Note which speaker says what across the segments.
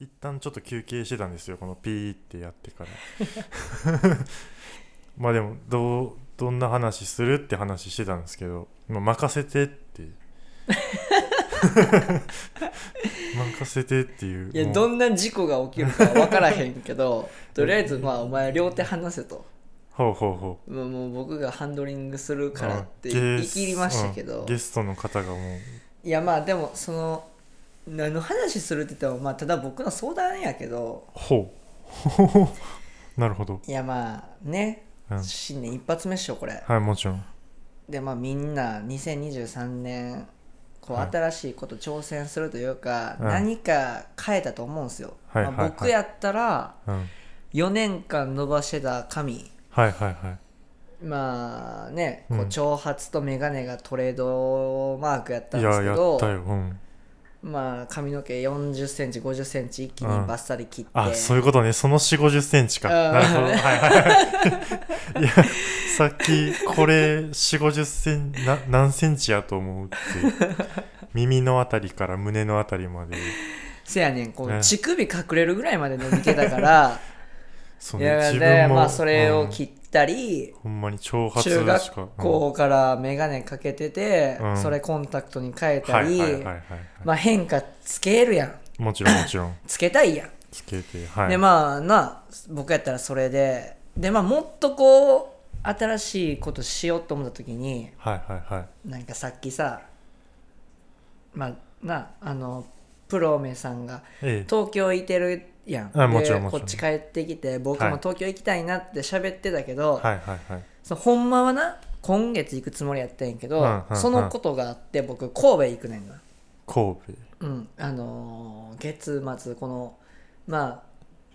Speaker 1: 一旦ちょっと休憩してたんですよこのピーってやってから まあでもどうどんな話するって話してたんですけど今任せてって 任せてっていう
Speaker 2: いや
Speaker 1: もう
Speaker 2: どんな事故が起きるか分からへん けどとりあえずまあお前両手離せと
Speaker 1: ほうほうほ
Speaker 2: もうもう僕がハンドリングする
Speaker 1: う
Speaker 2: からって
Speaker 1: あゲ
Speaker 2: 言い
Speaker 1: ス
Speaker 2: 切りましたけど、
Speaker 1: うんゲストの方がもう
Speaker 2: いやまあでもその何の話するって言ってもまあただ僕の相談やけど
Speaker 1: ほうほうほう なるほど、
Speaker 2: いやまあね、
Speaker 1: うん
Speaker 2: 新年一発目っしょこれ
Speaker 1: はいもちろん
Speaker 2: でまあみんな2023年こう
Speaker 1: はい
Speaker 2: 新しいこと挑戦するというか、
Speaker 1: うん
Speaker 2: 何か変えたと思うんですよ、
Speaker 1: はいはい
Speaker 2: ま
Speaker 1: は
Speaker 2: あ、
Speaker 1: い
Speaker 2: 僕やったら
Speaker 1: うん
Speaker 2: 4年間伸ばしてた髪
Speaker 1: はいはいはい
Speaker 2: まあねこう
Speaker 1: うん
Speaker 2: 長髪と眼鏡がトレードマークやったん
Speaker 1: い
Speaker 2: で
Speaker 1: や
Speaker 2: すけ
Speaker 1: や
Speaker 2: ど
Speaker 1: ったようん
Speaker 2: まあ髪の毛4 0ンチ5 0ンチ一気に
Speaker 1: うん
Speaker 2: バッサリ切って、
Speaker 1: あそういうことねその4 5 0センチか
Speaker 2: うん
Speaker 1: なるほどはい はいいやさっきこれ4 5 0センな何センチやと思うって耳のあたりから胸のあたりまで
Speaker 2: せやねんこう、
Speaker 1: ね
Speaker 2: 乳首隠れるぐらいまで伸びてたから
Speaker 1: そう
Speaker 2: い
Speaker 1: ね
Speaker 2: や
Speaker 1: 自
Speaker 2: で
Speaker 1: 分も、
Speaker 2: まあそれを
Speaker 1: うん
Speaker 2: 切ったり、
Speaker 1: ほんまに長髪
Speaker 2: 中
Speaker 1: しか
Speaker 2: 学校から眼鏡かけてて、
Speaker 1: うん
Speaker 2: それコンタクトに変え
Speaker 1: うん
Speaker 2: た
Speaker 1: はい
Speaker 2: り、
Speaker 1: はいはいはいはい
Speaker 2: まあ変化つけるやん
Speaker 1: もちろんもちろん
Speaker 2: つけたいやん、
Speaker 1: つけてはい
Speaker 2: でまあな僕やったらそれででまあもっとこう新しいことしようと思った時に
Speaker 1: はいはいはい
Speaker 2: なんかさっきさまあなあのプロメさんが
Speaker 1: ええ
Speaker 2: 東京いてるやん
Speaker 1: あもち
Speaker 2: で
Speaker 1: ろんもち
Speaker 2: こ
Speaker 1: ろん
Speaker 2: っち帰ってきて僕
Speaker 1: はい
Speaker 2: も東京行きたいなって喋ってたけど、
Speaker 1: はいはいはい
Speaker 2: そのほんまはな今月行くつもりやったんやけど、
Speaker 1: うんうんうん
Speaker 2: そのことがあって僕神戸行くねんな、
Speaker 1: 神戸
Speaker 2: うんあのー月末このまあ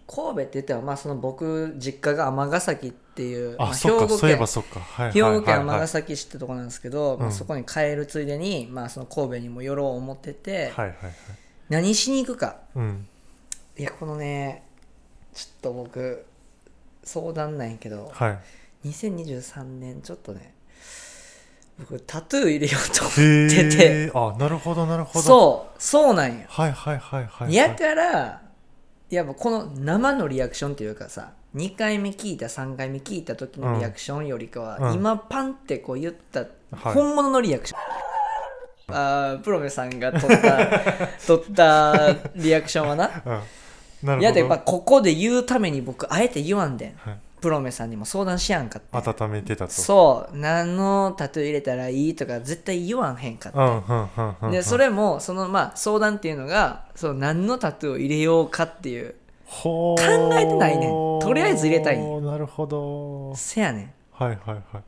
Speaker 2: 神戸って言ってもまあその僕実家が尼崎っていうま
Speaker 1: あ
Speaker 2: あ、
Speaker 1: そっかそういえばそっかはいはい
Speaker 2: 兵
Speaker 1: はい
Speaker 2: 庫県
Speaker 1: はい
Speaker 2: 尼崎市ってとこなんですけど、まあ、
Speaker 1: うん
Speaker 2: そこに帰るついでに、まあ、その神戸にも寄ろう思ってて、
Speaker 1: はいはいはい
Speaker 2: 何しに行くか
Speaker 1: うん
Speaker 2: いやこのねちょっと僕相談なんやけど
Speaker 1: はい
Speaker 2: 2023年ちょっとね僕タトゥー入れようと思
Speaker 1: へ
Speaker 2: ってて
Speaker 1: えあなるほどなるほど
Speaker 2: そうそうなんよ、
Speaker 1: はいはいはいはい、はい、
Speaker 2: やからやっぱこの生のリアクションというかさ2回目聞いた3回目聞いた時のリアクションよりかは、
Speaker 1: うん
Speaker 2: 今パンってこう言った
Speaker 1: はい
Speaker 2: 本物のリアクション、あープロメさんが撮った 撮ったリアクションはな
Speaker 1: うん、なるほど
Speaker 2: いやでやっぱここで言うために僕あえて言わんでん
Speaker 1: はい
Speaker 2: プロメさんにも相談しやんかって
Speaker 1: 温めてたと
Speaker 2: そう何のタトゥー入れたらいいとか絶対言わんへんかって、
Speaker 1: うんうんうんうんうん
Speaker 2: でそれもそのまあ相談っていうのがその何のタトゥーを入れようかっていう
Speaker 1: 考
Speaker 2: 考えてないねんとりあえず入れたいね
Speaker 1: なるほど
Speaker 2: せやねん
Speaker 1: はいはいは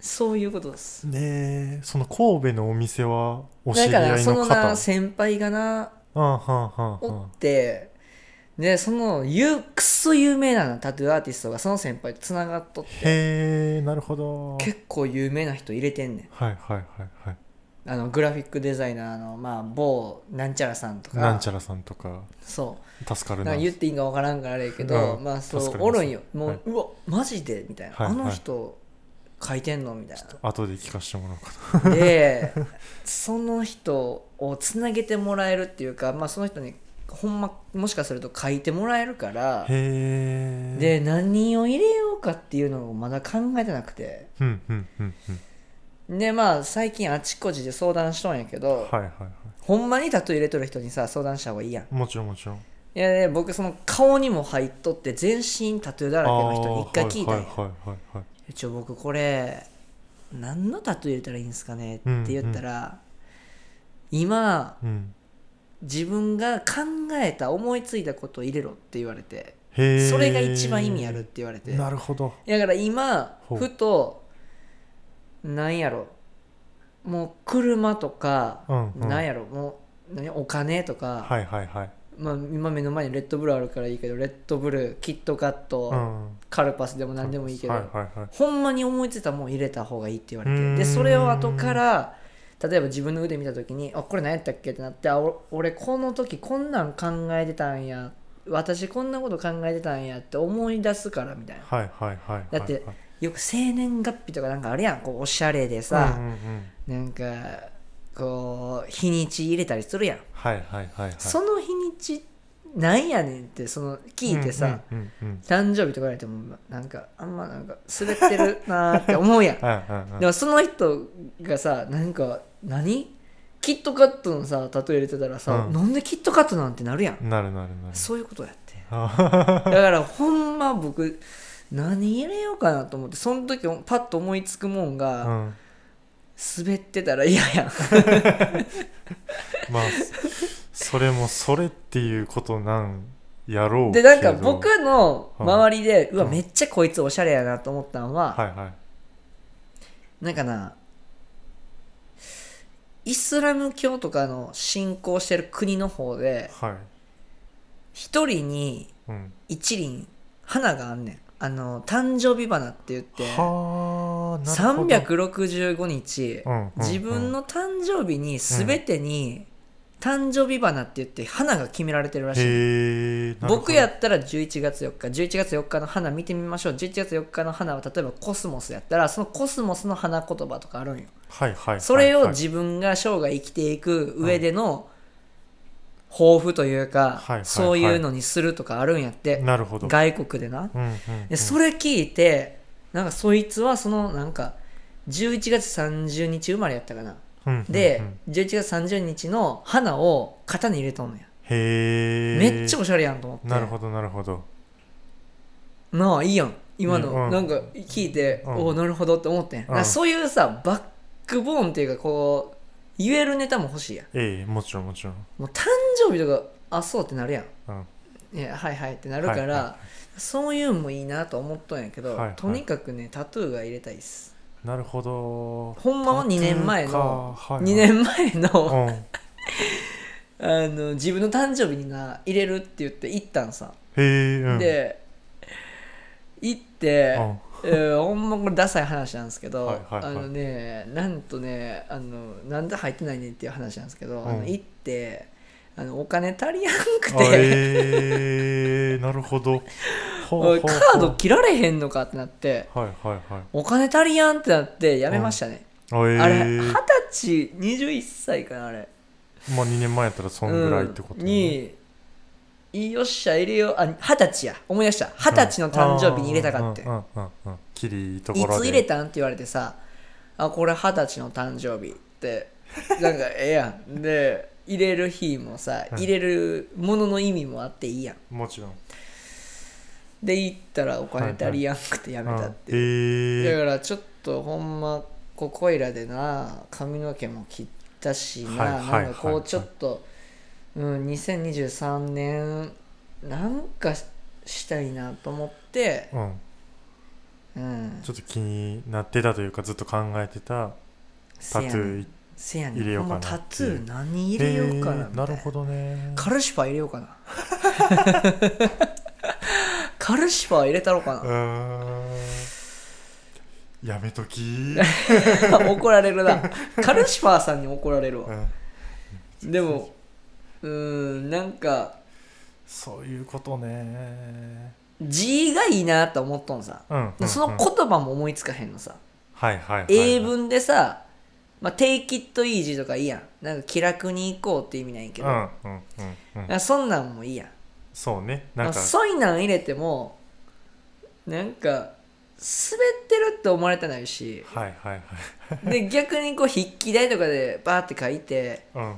Speaker 2: そういうことです
Speaker 1: いでその神戸のお店はお知
Speaker 2: だ
Speaker 1: り
Speaker 2: か
Speaker 1: 合
Speaker 2: ら
Speaker 1: い
Speaker 2: そ
Speaker 1: の
Speaker 2: の
Speaker 1: 方
Speaker 2: な先輩がな
Speaker 1: うんうんうん
Speaker 2: お
Speaker 1: うん
Speaker 2: ってでそのゆくそ有名なタトゥーアーティストがその先輩とつながっとって
Speaker 1: へえなるほど
Speaker 2: 結構有名な人入れてんねん
Speaker 1: はいはいはいはい
Speaker 2: あのグラフィックデザイナーの、まあ、某なんちゃらさんとか
Speaker 1: なんちゃらさんとか
Speaker 2: そう
Speaker 1: 助かるな
Speaker 2: な
Speaker 1: ん
Speaker 2: か言っていいんか分からんからあれやけど、
Speaker 1: うん
Speaker 2: まあそう
Speaker 1: 助かります
Speaker 2: おるんよもう、
Speaker 1: はいう
Speaker 2: わマジでみたいな、
Speaker 1: はい
Speaker 2: あの
Speaker 1: はい
Speaker 2: 人書いてんのみたいな
Speaker 1: 後で聞かせてもらおうか
Speaker 2: でその人をつなげてもらえるっていうか、まあ、その人にほんまもしかすると書いてもらえるから
Speaker 1: なへえ
Speaker 2: で何を入れようかっていうのをまだ考えてなくて
Speaker 1: うんうんうんうん
Speaker 2: でまあ最近あちこちで相談しとんやけど、
Speaker 1: はいはいは
Speaker 2: ほんまにタトゥー入れとる人にさ相談した方がいいやん
Speaker 1: いもちろんもちろん
Speaker 2: いやね僕その顔にも入っとって全身タトゥーだらけの人に一回聞いたん
Speaker 1: あ
Speaker 2: や
Speaker 1: ーはいはいはいはいはい
Speaker 2: 一応僕これ何のタトゥー入れたらいいんですかねって言ったら、今
Speaker 1: うん
Speaker 2: 自分が考えた思いついたことを入れろって言われて
Speaker 1: へー
Speaker 2: それが一番意味あるって言われて
Speaker 1: なるほど
Speaker 2: だから今
Speaker 1: ほう
Speaker 2: ふとなんやろもう車とか、
Speaker 1: うんうん
Speaker 2: なんやろもう何お金とか、
Speaker 1: はいはいはい
Speaker 2: まあ、今目の前にレッドブルあるからいいけどレッドブルキットカット、
Speaker 1: うん
Speaker 2: カルパスでも何でもいいけど、
Speaker 1: はいはいはい
Speaker 2: ほんまに思いついたもん入れた方がいいって言われ
Speaker 1: うー
Speaker 2: て
Speaker 1: ん
Speaker 2: でそれを後から例えば自分の腕見た時に「あこれ何やったっけ?」ってなって「あお俺この時こんなん考えてたんや私こんなこと考えてたんや」って思い出すからみたいな
Speaker 1: はいはいはいはい
Speaker 2: だってよく生年月日とかなんかあるやんこうおしゃれで
Speaker 1: さ
Speaker 2: さ、なんかこう日にち入れたりするやん、
Speaker 1: はいはいはいはい
Speaker 2: その日にちなんやねんってその聞いてさ、
Speaker 1: うんうんうん
Speaker 2: 誕生日とか言われてもなんかあんまなんか滑ってるなーって思うやん
Speaker 1: うんうんうん
Speaker 2: でもその人がさなんか何キットカットのさ例え入れてたらさ、
Speaker 1: うん
Speaker 2: なんでキットカットなんてなるやん、
Speaker 1: なるなるなる
Speaker 2: そういうことやって
Speaker 1: あ
Speaker 2: だからほんま僕何入れようかなと思ってその時パッと思いつくもんが、
Speaker 1: うん
Speaker 2: 滑ってたら嫌やん
Speaker 1: まあそれもそれっていうことなんやろうけ
Speaker 2: で
Speaker 1: ど
Speaker 2: なんか僕の周りで、うわ
Speaker 1: うん
Speaker 2: めっちゃこいつおしゃれやなと思ったのは、
Speaker 1: はいはい
Speaker 2: なんかなイスラム教とかの信仰してる国の方で
Speaker 1: はい
Speaker 2: 一人に
Speaker 1: うん
Speaker 2: 一輪花があんねんあの誕生日花って言って
Speaker 1: はあなるほど
Speaker 2: 365日
Speaker 1: うんうんうん
Speaker 2: 自分の誕生日に全てに誕生日花って言って花が決められてるらしい
Speaker 1: へえ
Speaker 2: 僕やったら11月4日11月4日の花見てみましょう11月4日の花は例えばコスモスやったらそのコスモスの花言葉とかあるんよ
Speaker 1: はいはいはいはい
Speaker 2: それを自分が生涯生きていく上での抱負という
Speaker 1: は
Speaker 2: か、
Speaker 1: いはい
Speaker 2: そういうのにするとかあるんやって、
Speaker 1: なるほど
Speaker 2: 外国でな、
Speaker 1: うんうんうん
Speaker 2: でそれ聞いてなんかそいつはそのなんか11月30日生まれやったかな、
Speaker 1: うんうんうん
Speaker 2: で11月30日の花を型に入れとんのや、
Speaker 1: へえ
Speaker 2: めっちゃおしゃれやんと思って
Speaker 1: なるほどなるほど
Speaker 2: なあいいやん今の、
Speaker 1: うんうん
Speaker 2: なんか聞いて、
Speaker 1: うん
Speaker 2: おおなるほどって思ってん、だか
Speaker 1: う
Speaker 2: ら
Speaker 1: ん
Speaker 2: そういうさバックボーンっていうかこう言えるネタも欲しいやん
Speaker 1: ええもちろんもちろん
Speaker 2: もう誕生日とかあそうってなるや
Speaker 1: うん
Speaker 2: んいやはいはいってなるから、
Speaker 1: はいは
Speaker 2: そういうのもいいなと思ったんやけ
Speaker 1: は
Speaker 2: ど、
Speaker 1: いはい
Speaker 2: とにかくねタトゥーが入れたいっす
Speaker 1: なるほど
Speaker 2: ほんまは2年前の
Speaker 1: タトゥーかはいはい
Speaker 2: 2年前の
Speaker 1: うん
Speaker 2: あの自分の誕生日にな入れるって言って行ったんさ、
Speaker 1: へえうん
Speaker 2: で行って、
Speaker 1: うん
Speaker 2: えーほんまこれダサい話なんですけど、
Speaker 1: はいはいはい
Speaker 2: あのねなんとねあのなんで入ってないねんっていう話なんですけど、
Speaker 1: うん
Speaker 2: あの行ってあのお金足りやんく
Speaker 1: あ
Speaker 2: て、
Speaker 1: えー、なるほど。ほう
Speaker 2: おい
Speaker 1: ほうほう
Speaker 2: カード切られへんのかってなって
Speaker 1: はいはいはい。
Speaker 2: お金足りやんってなってやめましたね、
Speaker 1: あえー、
Speaker 2: あれ二十歳21歳かなあれ
Speaker 1: まあ2年前やったらそんぐらいってこと、
Speaker 2: うん、によっしゃ入れようあ二十歳や思い出した二十歳の誕生日に入れたかって、
Speaker 1: うんうんうんうんうん。きりいいとこ
Speaker 2: い
Speaker 1: ろで。
Speaker 2: つ入れたんって言われてさ「あこれ二十歳の誕生日」ってなんかええやんで入れる日もさ
Speaker 1: うん
Speaker 2: 入れるものの意味もあっていいやん
Speaker 1: もちろん。
Speaker 2: で行ったらお金足りやんくてやめたっ
Speaker 1: うん
Speaker 2: て、
Speaker 1: え
Speaker 2: だ
Speaker 1: ー、
Speaker 2: からちょっとほんまここいらでな髪の毛も切ったしな,、
Speaker 1: はいはい
Speaker 2: なんかこ
Speaker 1: は
Speaker 2: う
Speaker 1: い
Speaker 2: ちょっと、うん、2023年なんかししたいなと思って、
Speaker 1: うん。
Speaker 2: うん、
Speaker 1: ちょっと気になってたというかずっと考えてたタ
Speaker 2: せ
Speaker 1: ト
Speaker 2: や
Speaker 1: ゥ
Speaker 2: ねん
Speaker 1: ー
Speaker 2: せやねん
Speaker 1: 入れようかな
Speaker 2: ほんまタト
Speaker 1: ってい
Speaker 2: ゥー
Speaker 1: う
Speaker 2: 何入れようかなみたい
Speaker 1: えーなるほどね。
Speaker 2: カルシファー入れよう かなカルシファー入れたろう
Speaker 1: う
Speaker 2: か
Speaker 1: ーん。やめとき ー。
Speaker 2: な怒られるなカルシファーさんに怒られる
Speaker 1: う
Speaker 2: わ
Speaker 1: ん
Speaker 2: でもうーんなんか
Speaker 1: そういうことね。
Speaker 2: 字がいいなと思っとんさ
Speaker 1: うん、うん。
Speaker 2: その
Speaker 1: うん
Speaker 2: 言葉も思いつかへんのさ
Speaker 1: はいはいはい、はい。
Speaker 2: 英文でさ「まあ、take it easy」とかいいやんなんか気楽に行こうって意味なんやけど、
Speaker 1: うんうんうんうん
Speaker 2: なんかそんなんもいいやん
Speaker 1: そうね
Speaker 2: ま
Speaker 1: なん
Speaker 2: あ
Speaker 1: か
Speaker 2: そういうなん入れてもなんか滑ってるって思われてな いし
Speaker 1: はいはいはい
Speaker 2: で逆にこう筆記台とかでバーって書いて
Speaker 1: うん、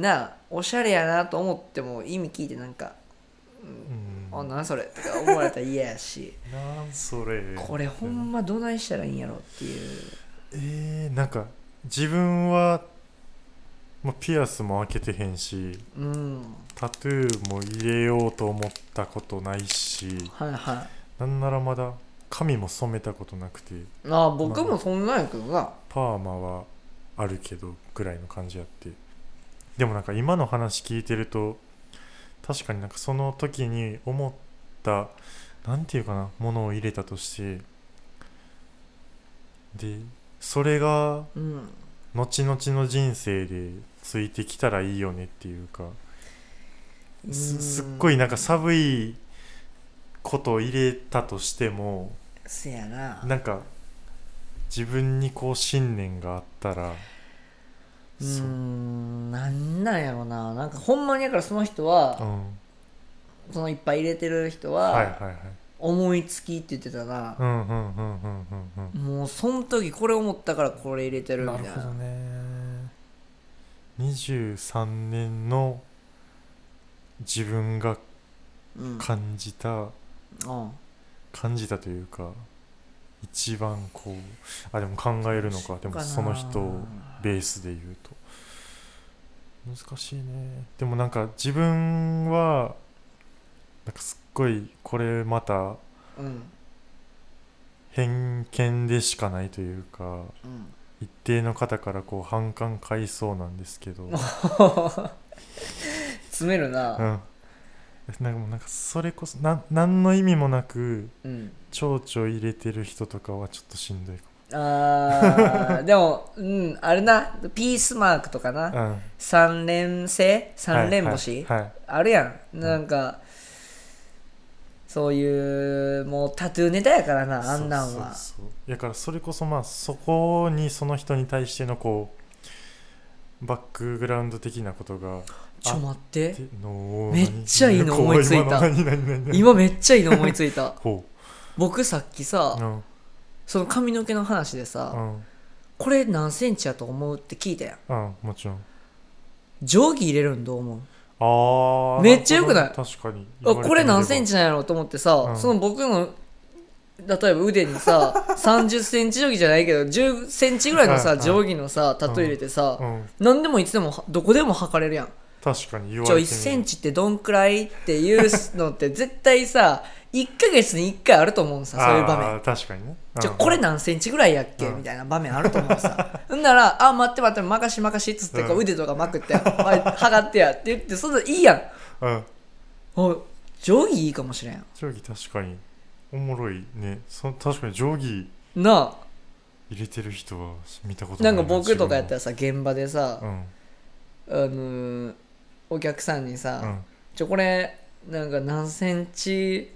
Speaker 2: なあおしゃれやなと思っても意味聞いてなんか「あ
Speaker 1: うん、
Speaker 2: なんそれ」とか思われたら嫌や し
Speaker 1: なんそれ
Speaker 2: これほんまどないしたらいいんやろっていう
Speaker 1: えー、なんか自分は、まあ、ピアスも開けてへんし
Speaker 2: うん
Speaker 1: タトゥーも入れようと思ったことないし
Speaker 2: はいはい
Speaker 1: なんならまだ髪も染めたことなくて
Speaker 2: あ僕もそんなんやけどな
Speaker 1: パーマはあるけどぐらいの感じやってでもなんか今の話聞いてると確かになんかその時に思ったなんていうかなものを入れたとしてでそれが
Speaker 2: うん
Speaker 1: 後々の人生でついてきたらいいよねっていうかすすっご
Speaker 2: い
Speaker 1: いなんか寒いことを入れたとしても
Speaker 2: せやな
Speaker 1: なんか自分にこう信念があったら
Speaker 2: う
Speaker 1: そ
Speaker 2: んなんなんやろななんかほんまにやからその人は、
Speaker 1: うん
Speaker 2: そのいっぱい入れてる人
Speaker 1: はい
Speaker 2: は
Speaker 1: はいはい
Speaker 2: 思いつきって言ってたな
Speaker 1: う、んうんうんうんうんうん
Speaker 2: もうその時これ思ったからこれ入れてるみ
Speaker 1: な
Speaker 2: たい
Speaker 1: る
Speaker 2: な
Speaker 1: ほどね23年の自分が
Speaker 2: うん
Speaker 1: 感じた
Speaker 2: うん
Speaker 1: 感じたというか一番こうあでも考えるのかでも
Speaker 2: かな
Speaker 1: その人をベースで言うと難しいねでもなんか自分はなんかすっごいこれまた
Speaker 2: うん
Speaker 1: 偏見でしかないというか
Speaker 2: うん
Speaker 1: 一定の方からこう反感買いそうなんですけど、うん、
Speaker 2: 詰めるな
Speaker 1: なんかもうなんかそれこそな何の意味もなく
Speaker 2: うん、
Speaker 1: 蝶々入れてる人とかはちょっとしんどい
Speaker 2: あーでもうんあれなピースマークとかな
Speaker 1: かも、うん、
Speaker 2: 三連星三連星、
Speaker 1: はいはいはい
Speaker 2: あるやんなんか、そういうもうタトゥーネタやからなあんなんは
Speaker 1: そうそうそうだからそれこそまあそこにその人に対してのこうバックグラウンド的なことが
Speaker 2: ちょ待って
Speaker 1: ての
Speaker 2: めっちゃいいの思いついた
Speaker 1: 怖今の何何何
Speaker 2: 今めっちゃいいの思いつ いた
Speaker 1: ほ
Speaker 2: 僕さっきさ
Speaker 1: ううん
Speaker 2: その髪の毛の話でさ、
Speaker 1: うん
Speaker 2: これ何センチやと思うって聞いたやん
Speaker 1: うんもちろん
Speaker 2: 定規入れるんどう思う
Speaker 1: ああ
Speaker 2: めっちゃ良くない
Speaker 1: 確かに
Speaker 2: あこれ何セン
Speaker 1: チ
Speaker 2: チなんやろうと思ってさ、
Speaker 1: ん
Speaker 2: その僕の例えば腕 にさ3 0センチ定規じゃないけど1 0センチぐらいの
Speaker 1: は
Speaker 2: さ
Speaker 1: いはい
Speaker 2: 定規のさタトゥー入れてさ、
Speaker 1: うん
Speaker 2: 何でもいつでもどこでも測れるやん
Speaker 1: 確かに言わ
Speaker 2: ちょ
Speaker 1: れて
Speaker 2: 1
Speaker 1: み
Speaker 2: センチってどんくらいっていうのって絶 対さ1ヶ月に1回あると思うんさそういう場面
Speaker 1: あー確かにね
Speaker 2: じゃ
Speaker 1: うん
Speaker 2: これ何センチぐらいやっけ
Speaker 1: うん
Speaker 2: みたいな場面あると思うさ ほんなら「あ待って待って任し任し」っつってこ
Speaker 1: う
Speaker 2: うん腕とかまくって「はい測ってや」って言ってそんなんいいやん
Speaker 1: うん
Speaker 2: お定規いいかもしれん
Speaker 1: 定規確かにおもろいねそ確かに定規
Speaker 2: な
Speaker 1: 入れてる人は見たこ
Speaker 2: あ
Speaker 1: と
Speaker 2: な
Speaker 1: ない
Speaker 2: んか僕とかやった
Speaker 1: ら
Speaker 2: らさ現場でさ、
Speaker 1: う
Speaker 2: あ
Speaker 1: ん
Speaker 2: のーお客さんにさ「
Speaker 1: うん
Speaker 2: ちょこれなんか何センチ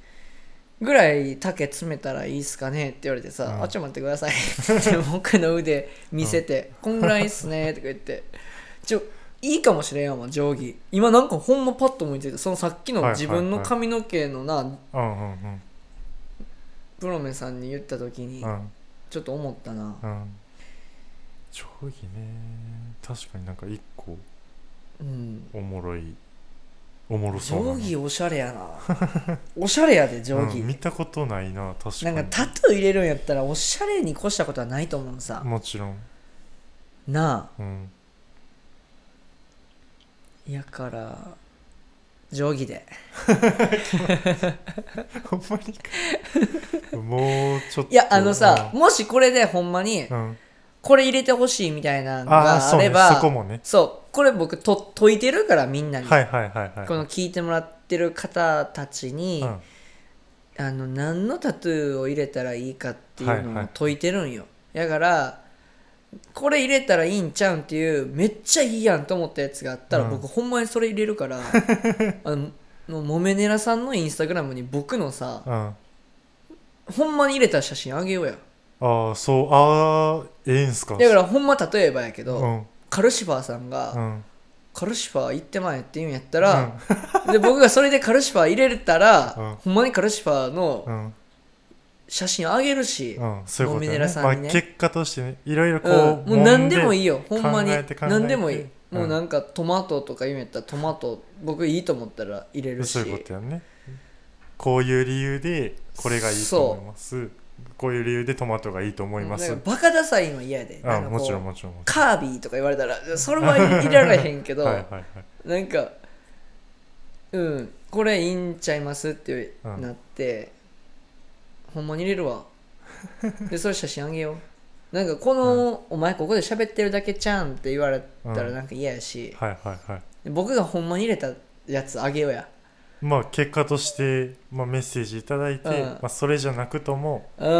Speaker 2: ぐらい丈詰めたらいいっすかね?」って言われてさ
Speaker 1: う
Speaker 2: 「
Speaker 1: ん
Speaker 2: あちょっと待ってください」 って僕の腕見せて「こんぐらいっすね」とか言って「ちょいいかもしれんよもう定規今なんかほんまパッと向いててそのさっきの
Speaker 1: はいはいはい
Speaker 2: 自分の髪の毛のな
Speaker 1: うんうんうん
Speaker 2: プロメさんに言った時に
Speaker 1: うん
Speaker 2: ちょっと思ったな
Speaker 1: うん定規ね確かになんか一個
Speaker 2: うん
Speaker 1: おもろいおもろ
Speaker 2: 定
Speaker 1: そうなの
Speaker 2: 規おしゃれやな おしゃれやで定規
Speaker 1: うん見たことないな確か
Speaker 2: なん
Speaker 1: に
Speaker 2: かタトゥー入れるんやったらおしゃれに越したことはないと思うさ
Speaker 1: もちろん
Speaker 2: なあ
Speaker 1: うん
Speaker 2: やから定規で
Speaker 1: ほんまにかもうちょっと
Speaker 2: いやあのさ、もしこれでほんまに
Speaker 1: うんうん、
Speaker 2: これ入れてほしいみたいなの
Speaker 1: ああ
Speaker 2: が
Speaker 1: そ
Speaker 2: あ
Speaker 1: う
Speaker 2: れ
Speaker 1: ね
Speaker 2: ば
Speaker 1: そこもね
Speaker 2: そうこれ僕と解いてるからみんなに、
Speaker 1: はいはいはいはい
Speaker 2: この聞いてもらってる方たちに、
Speaker 1: うん、
Speaker 2: あの何のタトゥーを入れたらいいかっていう
Speaker 1: はい
Speaker 2: の
Speaker 1: は
Speaker 2: を
Speaker 1: い
Speaker 2: 解いてるんよ、だからこれ入れたらいいんちゃうんっていうめっちゃいいやんと思ったやつがあったら、
Speaker 1: うん
Speaker 2: 僕ほんまにそれ入れ るからあのもうモメネラさんのインスタグラムに僕のさ、
Speaker 1: うん、あ
Speaker 2: ほんまに入れた写真あげようや
Speaker 1: あそうああええんすか
Speaker 2: だからほんま例えばやけど、
Speaker 1: うん
Speaker 2: カルシファーさんが、
Speaker 1: うん
Speaker 2: カルシファー行ってまえって言うんやったら、 で僕がそれでカルシファー入れれたら、
Speaker 1: うん
Speaker 2: ほんまにカルシファー
Speaker 1: う
Speaker 2: の
Speaker 1: ん
Speaker 2: 写真あげるし、
Speaker 1: うん、そういうこと
Speaker 2: ノミネ
Speaker 1: ね
Speaker 2: ラさんにね
Speaker 1: まあ、結果としてねいろいろこ
Speaker 2: う
Speaker 1: う、
Speaker 2: んもう何でもい
Speaker 1: い
Speaker 2: いよほんまに
Speaker 1: 考えて考えて
Speaker 2: 何でもいい、
Speaker 1: うん
Speaker 2: もうなんかトマトとか言うんやったらトマト僕いいと思ったら入れるし
Speaker 1: そういうことやんねこういう理由でこれがいいと思いますこういう理由でトマトがいいと思います、
Speaker 2: なんかバカダサいのは嫌やでな
Speaker 1: あ
Speaker 2: んかこう
Speaker 1: もちろんもちろんもち
Speaker 2: カービィとか言われたらそれは入れられへんけ
Speaker 1: ろ
Speaker 2: ど
Speaker 1: ん はいはいはい
Speaker 2: なんかうんこれいいんちゃいますって
Speaker 1: うん
Speaker 2: なって、ほんまに入れるわ でそれ写真あげようなんかこの、お前ここで喋ってるだけちゃうんって言われたら
Speaker 1: うん
Speaker 2: なんか嫌やし、
Speaker 1: はいはいはい
Speaker 2: 僕がほんまに入れたやつあげようや
Speaker 1: まあ結果として、まあ、メッセージいただいて、
Speaker 2: うん
Speaker 1: まあ、それじゃなくとも
Speaker 2: う
Speaker 1: と
Speaker 2: ん
Speaker 1: り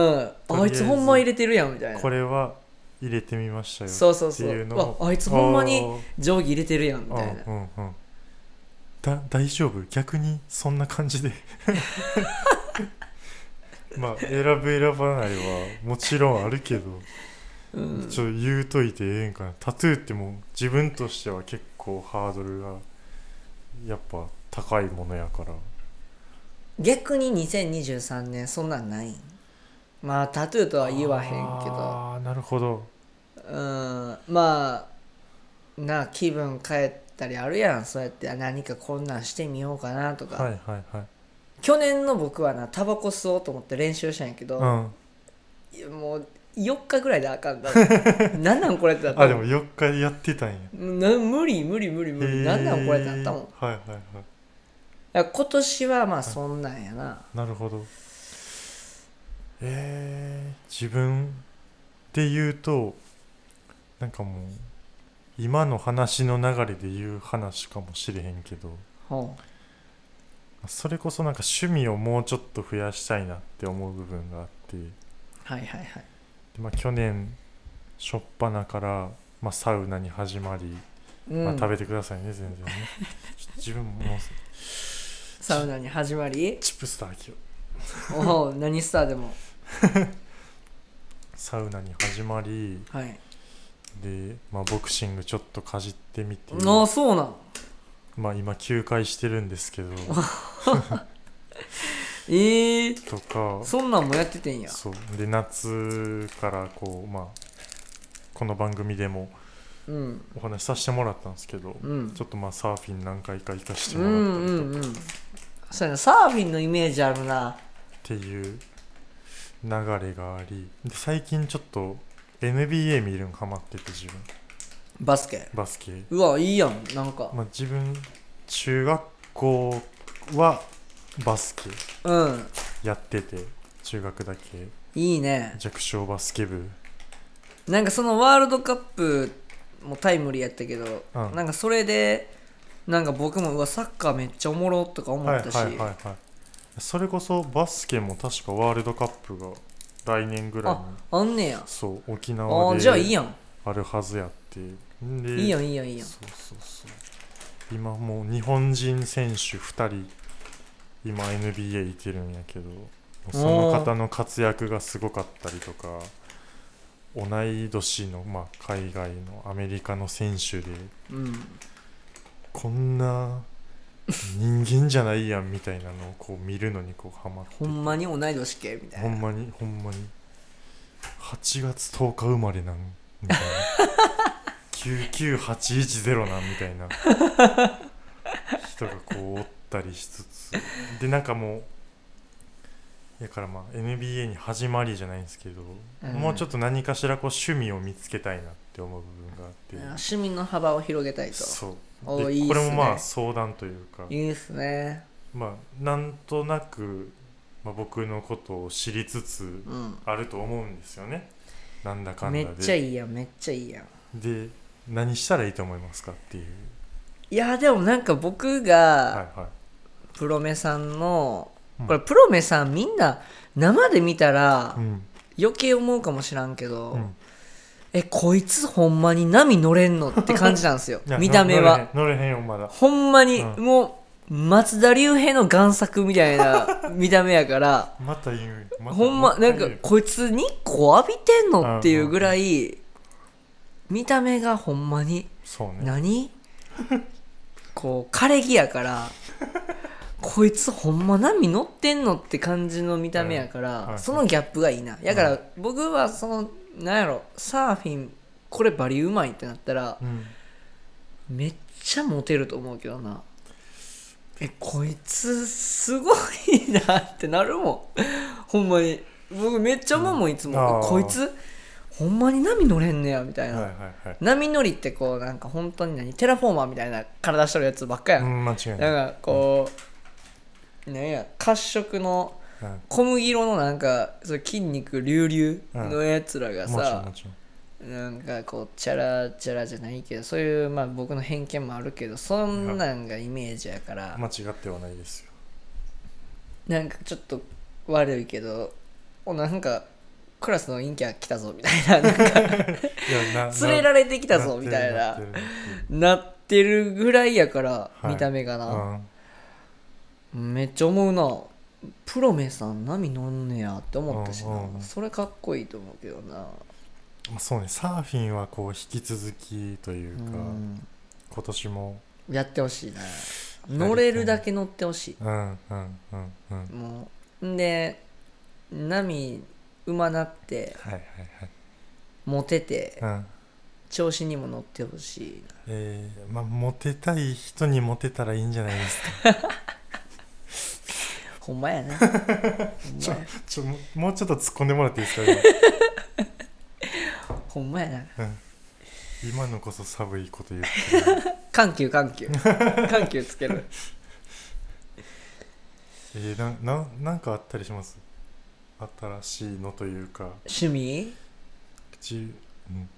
Speaker 1: あ
Speaker 2: あ
Speaker 1: え
Speaker 2: い
Speaker 1: ず
Speaker 2: つほんま入れてるやんみたいな
Speaker 1: これは入れてみましたよ
Speaker 2: そうそうそ
Speaker 1: って
Speaker 2: う
Speaker 1: いうの
Speaker 2: わ
Speaker 1: を
Speaker 2: あいつほんまに
Speaker 1: おー
Speaker 2: 定規入れてるやんみたいな
Speaker 1: うんうんうんだ大丈夫逆にそんな感 じで まあ選ぶ選ばないはもちろんあるけど、
Speaker 2: うん
Speaker 1: ちょっと言うといてええんかなタトゥーってもう自分としては結構ハードルがやっぱ高いものやから
Speaker 2: 逆に2023年そんなんないんまあタトゥーとは言わへんけど
Speaker 1: ああなるほど
Speaker 2: うんまあなあ気分変えたりあるやんそうやってあ何かこんなんしてみようかなとか、
Speaker 1: はいはいはい
Speaker 2: 去年の僕はなタバコ吸おうと思って練習したんやけど、
Speaker 1: うん
Speaker 2: いやもう4日ぐらいであかんだなんなんこれってなった
Speaker 1: あでも4日やってたんや
Speaker 2: な無理無理無理無理なんなんこれってなったもん
Speaker 1: へ
Speaker 2: だか
Speaker 1: ーはいはいはい
Speaker 2: ら今年はまあそんなんやな
Speaker 1: なるほどえー、自分で言うとなんかもう今の話の流れで言う話かもしれへんけど
Speaker 2: ほ
Speaker 1: それこそなんか趣味をもうちょっと増やしたいなって思う部分があってで、
Speaker 2: うはいはいはい
Speaker 1: まあ、去年初っ端から、まあ、サウナに始まり、
Speaker 2: うん
Speaker 1: まあ、食べてくださいね、全然ね ちょ自分もう
Speaker 2: サウナに始 まり
Speaker 1: チップスターきよ
Speaker 2: おう何スターでも
Speaker 1: サウナに始まり
Speaker 2: はい
Speaker 1: で、まあ、ボクシングちょっとかじってみて
Speaker 2: ああそうなん
Speaker 1: まあ今休会してるんですけど
Speaker 2: ええ
Speaker 1: とか
Speaker 2: そんなんもやっててんや
Speaker 1: そうで夏からこうまあこの番組でも
Speaker 2: うん
Speaker 1: お話しさせてもらったんですけど、
Speaker 2: うん
Speaker 1: ちょっとまあサーフィン何回か行かせて
Speaker 2: う
Speaker 1: も
Speaker 2: ん
Speaker 1: らったりとか、
Speaker 2: うんうんそうやなサーフィンのイメージあるな
Speaker 1: っていう流れがありで最近ちょっと NBA 見るのハマってて自分
Speaker 2: バスケ
Speaker 1: バスケ
Speaker 2: うわいいやんなんか
Speaker 1: まあ自分中学校はバスケ
Speaker 2: うん
Speaker 1: やってて中学だけ
Speaker 2: いいね
Speaker 1: 弱小バスケ部
Speaker 2: なんかそのワールドカップもタイムリーやったけど、
Speaker 1: うん
Speaker 2: なんかそれでなんか僕もうわサッカーめっちゃおもろとか思
Speaker 1: はい
Speaker 2: っ
Speaker 1: は
Speaker 2: た
Speaker 1: い
Speaker 2: し、
Speaker 1: はいはいそれこそバスケも確かワールドカップが来年ぐらいに
Speaker 2: ああんねや
Speaker 1: そう沖
Speaker 2: あ
Speaker 1: 縄
Speaker 2: ーじゃあいい
Speaker 1: で
Speaker 2: やん
Speaker 1: あるはずやってんで
Speaker 2: いいやんいいやんいいやん
Speaker 1: そうそうそう今もう日本人選手2人今 NBA いてるんやけどその方の活躍がすごかったりとか同い年の、まあ、海外のアメリカの選手で
Speaker 2: うん
Speaker 1: こんな人間じゃないやんみたいなのをこう見るのにこうハマってて
Speaker 2: ほんまに同い年系みたい
Speaker 1: ほ
Speaker 2: なん
Speaker 1: まにほんまに8月10日生まれなんみた いな99810なんみたいな人がこうおったりしつつでなんかもうだからまあ NBA に始まりじゃないんですけど、
Speaker 2: うん
Speaker 1: もうちょっと何かしらこう趣味を見つけたいなって思う部分があって、
Speaker 2: 趣味の幅を広げたいと
Speaker 1: そう
Speaker 2: お
Speaker 1: で
Speaker 2: いいっすね
Speaker 1: これもまあ相談というか
Speaker 2: いいですね
Speaker 1: まあなんとなく、まあ、僕のことを知りつつ
Speaker 2: うん
Speaker 1: あると思うんですよねなんだかんだ
Speaker 2: め
Speaker 1: で
Speaker 2: っちゃいいやんめっちゃいいやん
Speaker 1: で何したらいいと思いますかっていう
Speaker 2: いやでもなんか僕
Speaker 1: はい
Speaker 2: が
Speaker 1: は
Speaker 2: プロメさんの、
Speaker 1: うん
Speaker 2: これプロメさんみんな生で見たら
Speaker 1: いうん
Speaker 2: 余計思うかもしらんけど、
Speaker 1: うん
Speaker 2: えこいつほんまに波乗れんのって感じなんですよ
Speaker 1: いや
Speaker 2: 見た目は
Speaker 1: 乗れへん乗れへんよまだ
Speaker 2: ほんまに、
Speaker 1: うん
Speaker 2: もう松田龍平の贋作みたいな 見た目やから
Speaker 1: また言うまた
Speaker 2: ほんま
Speaker 1: た
Speaker 2: な
Speaker 1: 言うん
Speaker 2: かこいつ日光浴びてんのっていうぐらい見た目がほんまに
Speaker 1: そうね
Speaker 2: 何こう枯れ木やからこいつほんま波乗ってんのって感じの見た目やから、
Speaker 1: うんはい
Speaker 2: そのギャップがいいなやから僕はそのなんやろサーフィンこれバリうまいってなったら
Speaker 1: うん
Speaker 2: めっちゃモテると思うけどなえこいつすごいなってなるもんほんまに僕めっちゃ思うもんいつも、
Speaker 1: あー
Speaker 2: こいつほんまに波乗れんねやみたいな、
Speaker 1: はいはいはい
Speaker 2: 波乗りってこうなんか本当に何テラフォーマーみたいな体しとるやつばっかや、
Speaker 1: うんん間違いない
Speaker 2: なんかこう、なんや褐色の
Speaker 1: うん
Speaker 2: 小麦色のなんかその筋肉隆々のやつらが
Speaker 1: もちろん
Speaker 2: さ
Speaker 1: も、ちろん
Speaker 2: なんかこうチャラチャラじゃないけどそういうまあ僕の偏見もあるけどそんなんがイメージやから、
Speaker 1: 間違ってはないですよ
Speaker 2: なんかちょっと悪いけどおなんかクラスの陰キャ来たぞみたい ななんか
Speaker 1: い やな
Speaker 2: 連れられてき
Speaker 1: き
Speaker 2: たぞみたいな
Speaker 1: ってるってる
Speaker 2: なってるぐらいやから、
Speaker 1: はい
Speaker 2: 見た目が
Speaker 1: う
Speaker 2: な、
Speaker 1: ん
Speaker 2: めっちゃ思うなプロメさん波乗んねやって思ったしな、
Speaker 1: うんうんうん
Speaker 2: それかっこいいと思うけどな、
Speaker 1: まあそうねサーフィンはこう引き続きといううか
Speaker 2: ん、
Speaker 1: 今年も
Speaker 2: やってほしいな乗れるだけ乗ってほしい
Speaker 1: うんうんうんうんはい
Speaker 2: もうんで波馬なって
Speaker 1: はい
Speaker 2: モテて
Speaker 1: はいうん
Speaker 2: 調子にも乗ってほしい
Speaker 1: えー、まあモテたい人にモテたらいいんじゃないです か
Speaker 2: ほんまやなほんまや
Speaker 1: ちょももうちょっと突っ込んでもらっていいですか今
Speaker 2: ほんまやな
Speaker 1: 今のこそ寒いこと言ってる
Speaker 2: 緩急 緩急緩急つける
Speaker 1: えー、なんなんなんかあったりします新しいのというか
Speaker 2: 趣味
Speaker 1: 口、うん、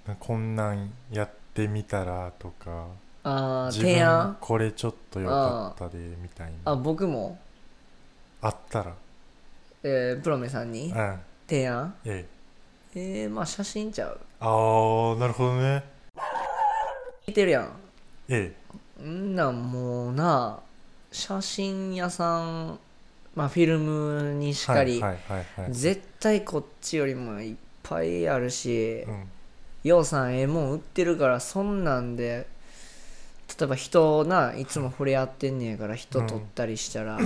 Speaker 1: なんかこんなんやってみたらとか
Speaker 2: あー
Speaker 1: 自
Speaker 2: 提
Speaker 1: 分
Speaker 2: 案
Speaker 1: これちょっと良かったでみたい
Speaker 2: あ
Speaker 1: な
Speaker 2: 僕も、
Speaker 1: あったら
Speaker 2: えー、プロメさん
Speaker 1: う
Speaker 2: に
Speaker 1: んえ
Speaker 2: 提案
Speaker 1: え
Speaker 2: えー、まあ写真ちゃう
Speaker 1: ああなるほどね
Speaker 2: 聞いてるや
Speaker 1: え
Speaker 2: んんなんもうな写真屋さんまあフィルムに
Speaker 1: え
Speaker 2: しかり、
Speaker 1: はいはいはいはい
Speaker 2: 絶対こっちよりもいっぱいあるし
Speaker 1: うん
Speaker 2: ようさんええもん売ってるからそんなんで例えば人ないつも触れ合ってんねやから人撮ったりしたら、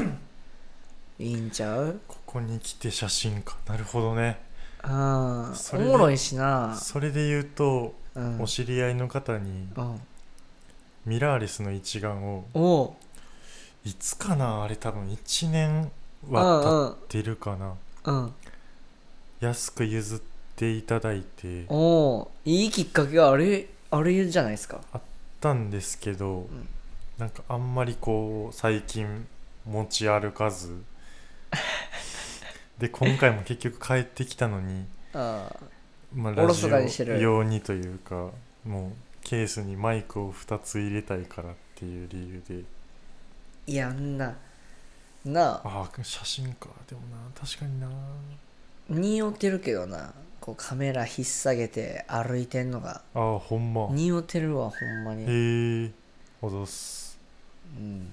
Speaker 2: いいんちゃう
Speaker 1: ここに来て写真かなるほどね
Speaker 2: ああ
Speaker 1: そ
Speaker 2: お
Speaker 1: れで
Speaker 2: もろいしな
Speaker 1: それで言うと、
Speaker 2: うん
Speaker 1: お知り合いの方に
Speaker 2: うん
Speaker 1: ミラーレスの一眼を
Speaker 2: おう
Speaker 1: いつかなあれ多分1年
Speaker 2: う
Speaker 1: は
Speaker 2: んうん
Speaker 1: 経ってるかな
Speaker 2: うん
Speaker 1: 安く譲っていただいてあっ
Speaker 2: おういいきっかけがあれあれじゃないですか
Speaker 1: たんですけど、
Speaker 2: ん
Speaker 1: なんかあんまりこう最近持ち歩かずで今回も結局帰ってきたのに
Speaker 2: あ
Speaker 1: まあ、
Speaker 2: お
Speaker 1: ラ
Speaker 2: ろ
Speaker 1: ジ
Speaker 2: そかにしてる
Speaker 1: オ用にというかもうケースにマイクを2つ入れたいからっていう理由で
Speaker 2: いやんななあ
Speaker 1: ああ写真かでもな確かにな
Speaker 2: 匂ってるけどなこうカメラ引っ提げて歩いてんのが
Speaker 1: ああほんまへ
Speaker 2: 匂ってるわほんまに
Speaker 1: えおどす
Speaker 2: うん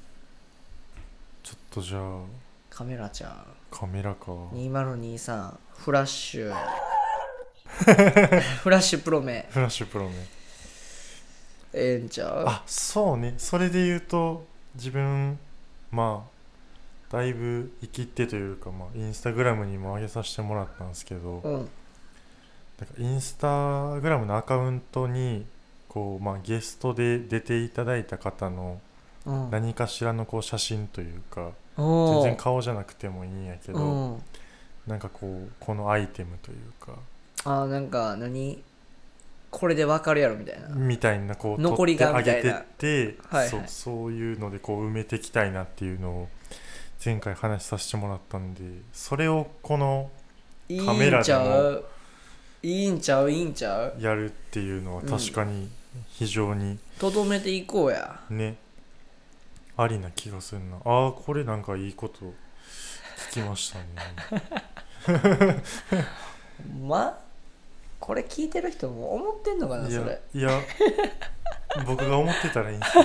Speaker 1: ちょっとじゃあ
Speaker 2: カメラちゃん
Speaker 1: カメラか
Speaker 2: 2023フラッシ ュフラッシュプロメ
Speaker 1: フラッシュプロね
Speaker 2: ええんちゃう
Speaker 1: あそうねそれで言うと自分まあだいぶ生きってというか、まあ、インスタグラムにも上げさせてもらったんですけど、
Speaker 2: うん
Speaker 1: なんかインスタグラムのアカウントにこう、まあ、ゲストで出ていただいた方の
Speaker 2: うん
Speaker 1: 何かしらのこう写真というか全
Speaker 2: おう
Speaker 1: 然顔じゃなくてもいいんやけど
Speaker 2: うん
Speaker 1: なんかこうこのアイテムというか
Speaker 2: あーなんか何これでわかるやろみたいな
Speaker 1: みたいなこう
Speaker 2: 残りが
Speaker 1: 取ってあげ
Speaker 2: みたいな
Speaker 1: てって
Speaker 2: はいはい
Speaker 1: そうそういうのでこう埋めていきたいなっていうのを前回話させてもらったんでそれをこの
Speaker 2: いい
Speaker 1: カメラ
Speaker 2: ん
Speaker 1: で
Speaker 2: ち
Speaker 1: も
Speaker 2: ゃういいんちゃういいんちゃう
Speaker 1: やるっていうのは確かに非常に
Speaker 2: とどめていこうや
Speaker 1: ねありな気がするなああこれなんかいいこと聞きましたね
Speaker 2: まこれ聞いてる人も思ってんのかないそれ
Speaker 1: やい や僕が思ってたらいいんですよ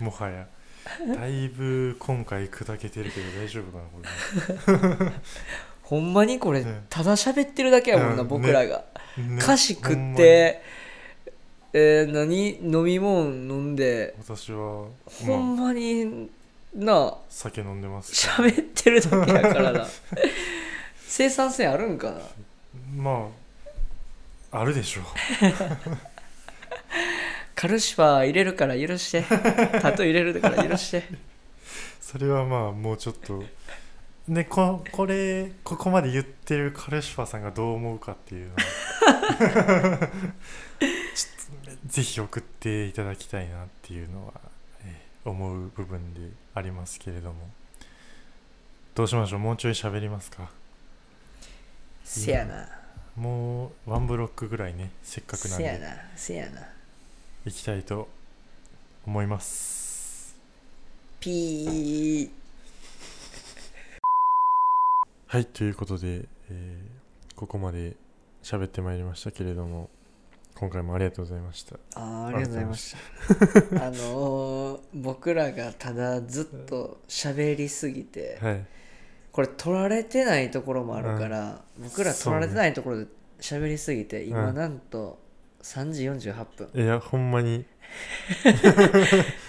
Speaker 1: もはやだいぶ今回砕けてるけど大丈夫かなこ
Speaker 2: ほんまにこれ
Speaker 1: ね
Speaker 2: ただ喋ってるだけやもんな
Speaker 1: うん
Speaker 2: 僕らが
Speaker 1: れ、ね
Speaker 2: 菓子
Speaker 1: ほん
Speaker 2: 食っ
Speaker 1: まに
Speaker 2: てえー何飲み物飲んで
Speaker 1: 私は、
Speaker 2: ほ
Speaker 1: まあ、
Speaker 2: んまにな
Speaker 1: 酒飲んでますけど
Speaker 2: 喋ってるだけやか らな生産性あるんかな
Speaker 1: まああるでしょう
Speaker 2: カルシファー入れるから 許してタトゥー入れるから許して
Speaker 1: それはまあもうちょっとねここれここまで言ってるカルシファーさんがどう思うかって いうのはちょっとぜひ送っていただきたいなっていうのは、えー思う部分でありますけれどもどうしましょうもうちょい喋りますか
Speaker 2: せやな
Speaker 1: もうワンブロックぐらいねせっかくなん
Speaker 2: せや
Speaker 1: で
Speaker 2: なせやない
Speaker 1: きたいと思います
Speaker 2: ピー
Speaker 1: はいということで、えーここまで喋ってまいりましたけれども今回もありがとうございました
Speaker 2: あーありがとうございましたあのー僕らがただずっと喋りすぎて
Speaker 1: はい
Speaker 2: これ取られてないところもあるから、僕ら取られてないところで喋りすぎて、
Speaker 1: う
Speaker 2: 今
Speaker 1: ん
Speaker 2: なんと3時48分、
Speaker 1: いやほんまに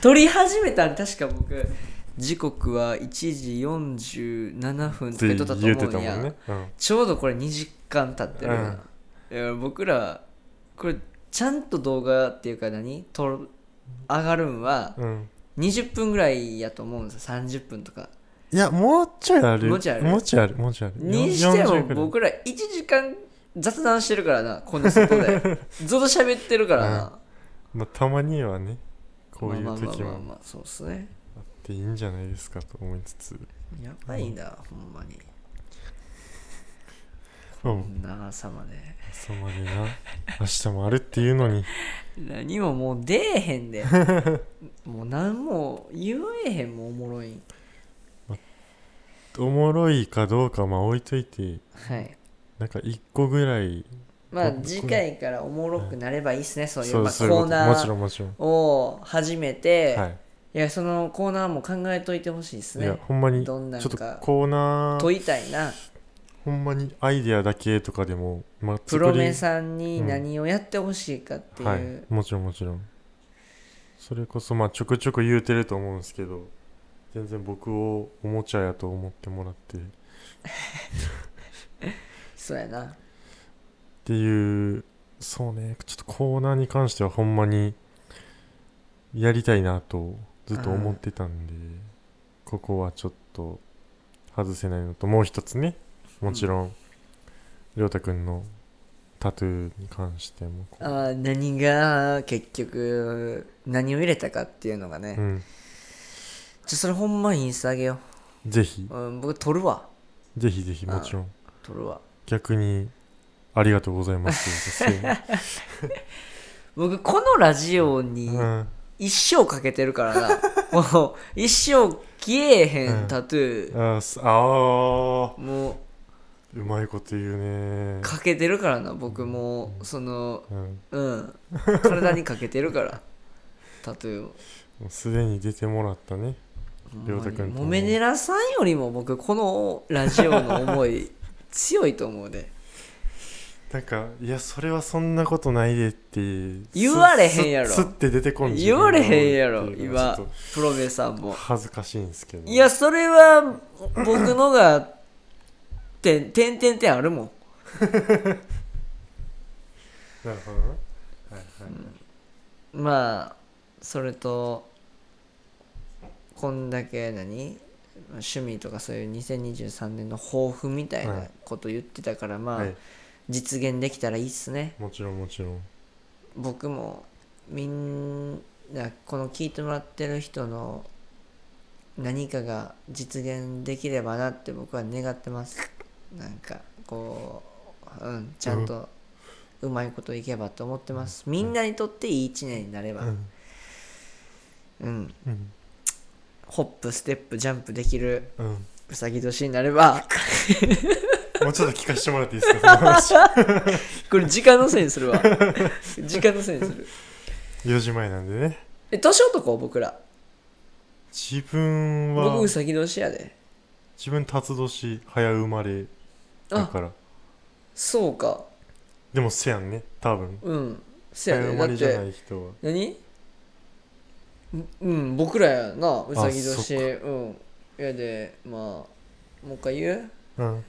Speaker 2: 撮り始めたん確か僕時刻は1時47分
Speaker 1: っ
Speaker 2: とか
Speaker 1: て言
Speaker 2: 言
Speaker 1: って
Speaker 2: っとった
Speaker 1: た
Speaker 2: と思うんや
Speaker 1: もんね、うん、
Speaker 2: ちょうどこれ2時間経ってるな、いや僕らこれちゃんと動画っていうか何撮る上がるんは
Speaker 1: うん、
Speaker 2: 20分ぐらいやと思うんですよ30分とか
Speaker 1: いやもうちょいある
Speaker 2: もうちょいある
Speaker 1: もうちょいあるもうちょいある
Speaker 2: にしても
Speaker 1: 40くらい
Speaker 2: 僕ら1時間雑談してるからなこの外で ずっと喋ってるからな、
Speaker 1: まあ、たまにはねこういう時
Speaker 2: まあまあまあまあ
Speaker 1: も
Speaker 2: まあそうっすね
Speaker 1: あっていいんじゃないですかと思いつつ、
Speaker 2: やばいな、ほんまに
Speaker 1: うん、
Speaker 2: 長さまで
Speaker 1: そまでな明日もあるっていうのに
Speaker 2: 何ももう出えへ んでもう何も言えへんもんおもろいん
Speaker 1: おもろいかどうかまあ置いといて
Speaker 2: はい
Speaker 1: なんか一個ぐらい
Speaker 2: まあ
Speaker 1: ここ
Speaker 2: 次回からおもろくなればいいっすねそういうまあ
Speaker 1: いうこ
Speaker 2: コー
Speaker 1: と
Speaker 2: ナ
Speaker 1: もちろ
Speaker 2: ー
Speaker 1: んもちろん
Speaker 2: を始めて、、
Speaker 1: はいい
Speaker 2: やそのコーナーも考えといてほしいです
Speaker 1: いや
Speaker 2: ね
Speaker 1: ほんまにち
Speaker 2: ど
Speaker 1: ょ
Speaker 2: んなん
Speaker 1: っ
Speaker 2: か
Speaker 1: とコーナー
Speaker 2: 問いたいな
Speaker 1: ほんまにアイデアだけとかでも、まあ、
Speaker 2: プロ
Speaker 1: 作
Speaker 2: メ
Speaker 1: り
Speaker 2: さんに何をやってほしいかっていう、
Speaker 1: はい、もちろんもちろんそれこそまあちょくちょく言うてると思うんですけど全然僕をおもちゃやと思ってもらってっ
Speaker 2: そうやな
Speaker 1: ていうそうねちょっとコーナーに関してはほんまにやりたいなとずっと思ってたんで、ここはちょっと外せないのともう一つねもちろん亮太くんのタトゥーに関してもこう
Speaker 2: あー何が結局何を入れたかっていうのがね、
Speaker 1: う
Speaker 2: ちょ
Speaker 1: ん、
Speaker 2: それほんまにインスタあげよ
Speaker 1: ぜひ
Speaker 2: う、うん、僕撮るわ
Speaker 1: ぜひぜひもちろん
Speaker 2: 撮るわ
Speaker 1: 逆にありがとうございますですよ
Speaker 2: 僕このラジオに
Speaker 1: うん、
Speaker 2: 一生かけてるから な、もう一生消えへ
Speaker 1: うんん
Speaker 2: タトゥー、
Speaker 1: あすあー
Speaker 2: もう
Speaker 1: うまいこと言うね
Speaker 2: かけてるからな僕もその
Speaker 1: うん、も
Speaker 2: うん体にかけてるからタトゥーを
Speaker 1: うすでに出てもらったね
Speaker 2: ほんまに
Speaker 1: りょうたくんと
Speaker 2: もめねらさんよりも僕このラジオの思い 強いと思うで
Speaker 1: なんかいやそれはそんなことないでって
Speaker 2: 言われへんやろ
Speaker 1: すすって出てこん
Speaker 2: 言われへんやろ
Speaker 1: 自分が思うっていうの
Speaker 2: 今
Speaker 1: がちょっ
Speaker 2: プロメさん
Speaker 1: と
Speaker 2: も
Speaker 1: 恥ずかしいんですけど
Speaker 2: いやそれは僕のがてんてんてんてんあるもん
Speaker 1: なるほどねはいはい、
Speaker 2: まあそれとこんだけ何趣味とかそういう2023年の抱負みたい
Speaker 1: は
Speaker 2: ないこと言ってたから、まあ、
Speaker 1: はい
Speaker 2: 実現できたらいいっすね
Speaker 1: もちろんもちろん
Speaker 2: 僕もみんなこの聞いてもらってる人の何かが実現できればなって僕は願ってますなんかこう、うん、ちゃんとうまいこといけばと思ってますみんなにとっていい一年になれ
Speaker 1: う
Speaker 2: ば、
Speaker 1: ん
Speaker 2: うん、
Speaker 1: うん
Speaker 2: ホップステップジャンプできる
Speaker 1: うん、も
Speaker 2: うさぎ年になれば
Speaker 1: うちょっと聞かせてもらっていいですかその話
Speaker 2: これ時間のせいにす るわ時間のせいにする
Speaker 1: 4時前なんでね
Speaker 2: え年男僕ら
Speaker 1: 自分は
Speaker 2: 僕うさぎ年やで
Speaker 1: 自分辰年早生まれだから
Speaker 2: そうか
Speaker 1: でもせやんね多分
Speaker 2: うんせや
Speaker 1: 早生
Speaker 2: ね
Speaker 1: ま
Speaker 2: だっ
Speaker 1: れじゃな
Speaker 2: て
Speaker 1: い人は
Speaker 2: 何んうん僕らやなうさぎ
Speaker 1: あ
Speaker 2: 年
Speaker 1: そっ
Speaker 2: うんやでまあもう一回言う
Speaker 1: うん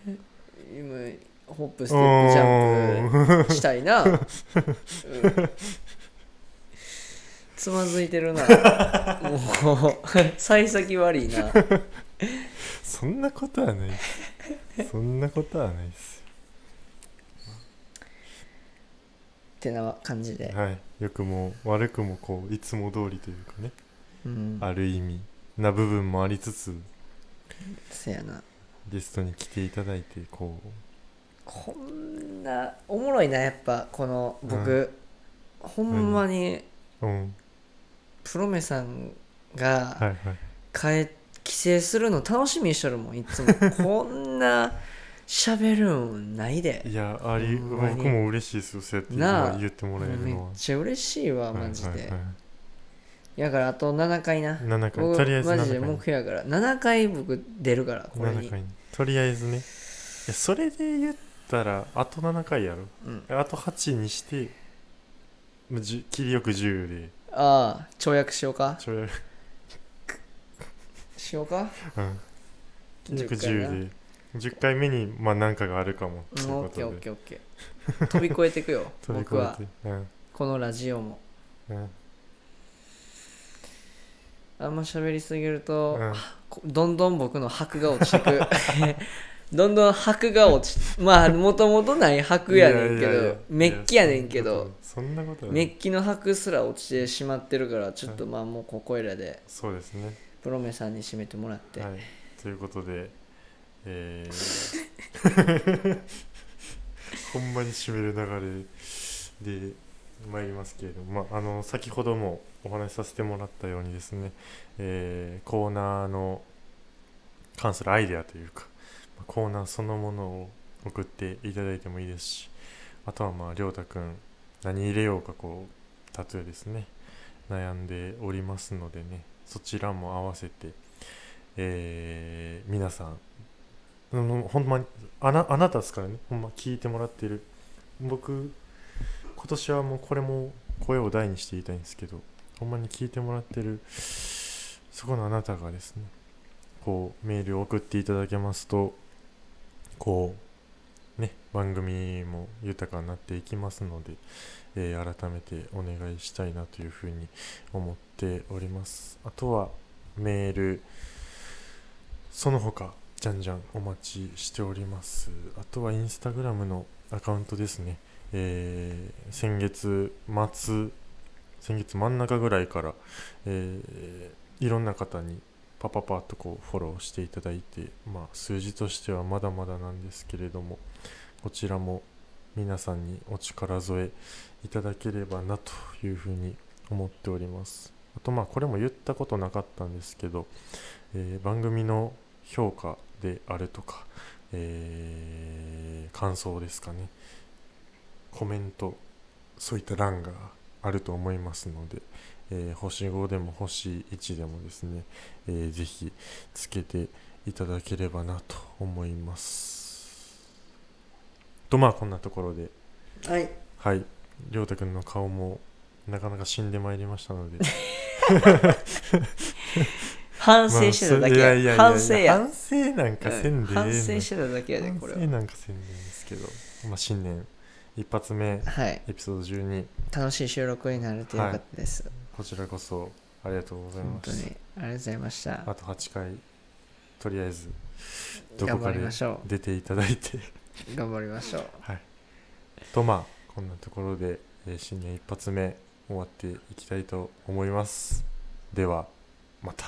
Speaker 2: 今ホップステップジャンプ
Speaker 1: うーん
Speaker 2: したいな、うんつまずいてるなもう幸先悪いな
Speaker 1: そんなことはないそんなことはないです
Speaker 2: てな感じで、
Speaker 1: よはい良くも悪くもこういつも通りというかね
Speaker 2: うん
Speaker 1: ある意味な部分もありつつ
Speaker 2: せやな
Speaker 1: ゲストに来ていただいてこ
Speaker 2: こんなおもろいなやっぱこの僕、ほんまに
Speaker 1: ううん
Speaker 2: プロメさんが
Speaker 1: はいはい
Speaker 2: 帰、帰省するの楽しみにしとるもんいつも こんな喋るんないで
Speaker 1: いやあり
Speaker 2: ほんまに
Speaker 1: 僕も嬉しいですよそうやって
Speaker 2: なあ
Speaker 1: 今言ってもらえる
Speaker 2: めっ
Speaker 1: のは
Speaker 2: ちゃ嬉しいわ
Speaker 1: はい
Speaker 2: マジで、
Speaker 1: はいはい
Speaker 2: やからあと7回な
Speaker 1: 7回
Speaker 2: 僕
Speaker 1: とりあえず
Speaker 2: マジ
Speaker 1: 7
Speaker 2: で
Speaker 1: 回
Speaker 2: 目標やから7回僕出るからこれ
Speaker 1: 7
Speaker 2: に
Speaker 1: 回にとりあえずねいやそれで言ったらあと7回やろ
Speaker 2: うん
Speaker 1: あと8にしてまあじゅ切りよく10で
Speaker 2: ああ跳躍しようか
Speaker 1: 跳躍
Speaker 2: しようか
Speaker 1: うん
Speaker 2: 10
Speaker 1: 10で10回目にまあ何かがあるかもっていう
Speaker 2: うんオ
Speaker 1: こ
Speaker 2: ッケーオ
Speaker 1: と
Speaker 2: ッ
Speaker 1: で
Speaker 2: ケーオッケー飛び越えていくよ
Speaker 1: 飛び越
Speaker 2: 僕は
Speaker 1: えてうん
Speaker 2: このラジオも
Speaker 1: うん
Speaker 2: あんま喋りすぎると、
Speaker 1: うん
Speaker 2: こどんどん僕の箔が落ちてく どんどん箔が落ちまあもともとない箔やねんけ
Speaker 1: いいいい
Speaker 2: どメッキやねんけど
Speaker 1: そんなことは
Speaker 2: メ
Speaker 1: ない
Speaker 2: ッキの箔すら落ちてしまってるからちょっとまあもうここいらで
Speaker 1: そうですね
Speaker 2: プロメさんに締めてもらって、
Speaker 1: はい、ということで、えー、 ほんまに締める流れで参りますけれども、まあ、あの先ほどもお話しさせてもらったようにですね、えーコーナーの関するアイデアというかまあコーナーそのものを送っていただいてもいいですしあとはまあ亮太くん何入れようかこうタトゥーですね悩んでおりますのでねそちらも合わせてえー皆さんあのほんまにあなあなたですからねほんま聞いてもらってる僕今年はもうこれも声を大にして言いたいんですけどほんまに聞いてもらってるそこのあなたがですねこうメールを送っていただけますとこうね番組も豊かになっていきますので、えー改めてお願いしたいなというふうに思っておりますあとはメールその他じゃんじゃんお待ちしておりますあとはインスタグラムのアカウントですねえー先月末先月真ん中ぐらいから、えーいろんな方にパパパッとこうフォローしていただいて、まあ、数字としてはまだまだなんですけれどもこちらも皆さんにお力添えいただければなというふうに思っておりますあとまあこれも言ったことなかったんですけどえー番組の評価であるとか、えー感想ですかねコメントそういった欄があると思いますので、えー星5でも星1でもですね、えーぜひつけていただければなと思いますとまあこんなところで
Speaker 2: はい
Speaker 1: はい亮太くんの顔もなかなか死んでまいりました ので
Speaker 2: 反省してただけ
Speaker 1: まあそ
Speaker 2: や、
Speaker 1: いいいい
Speaker 2: 反省や
Speaker 1: 反省なんかせんでええの
Speaker 2: 反省してただけやでこれ
Speaker 1: 反
Speaker 2: は
Speaker 1: 省なんかせんでええんですけど、まあ、新年一発目
Speaker 2: はい
Speaker 1: エピソード12
Speaker 2: 楽しい収録になれてよかったです、
Speaker 1: こちらこそありがとうござい
Speaker 2: 本
Speaker 1: ま
Speaker 2: 当
Speaker 1: し
Speaker 2: にありがとうございました
Speaker 1: たあと8回とりあえずどこ
Speaker 2: 頑張
Speaker 1: か
Speaker 2: り
Speaker 1: で
Speaker 2: ましょ
Speaker 1: 出ていただいて
Speaker 2: う頑張りましょう
Speaker 1: はいとまあこんなところで、えー新年一発目終わっていきたいと思いますではまた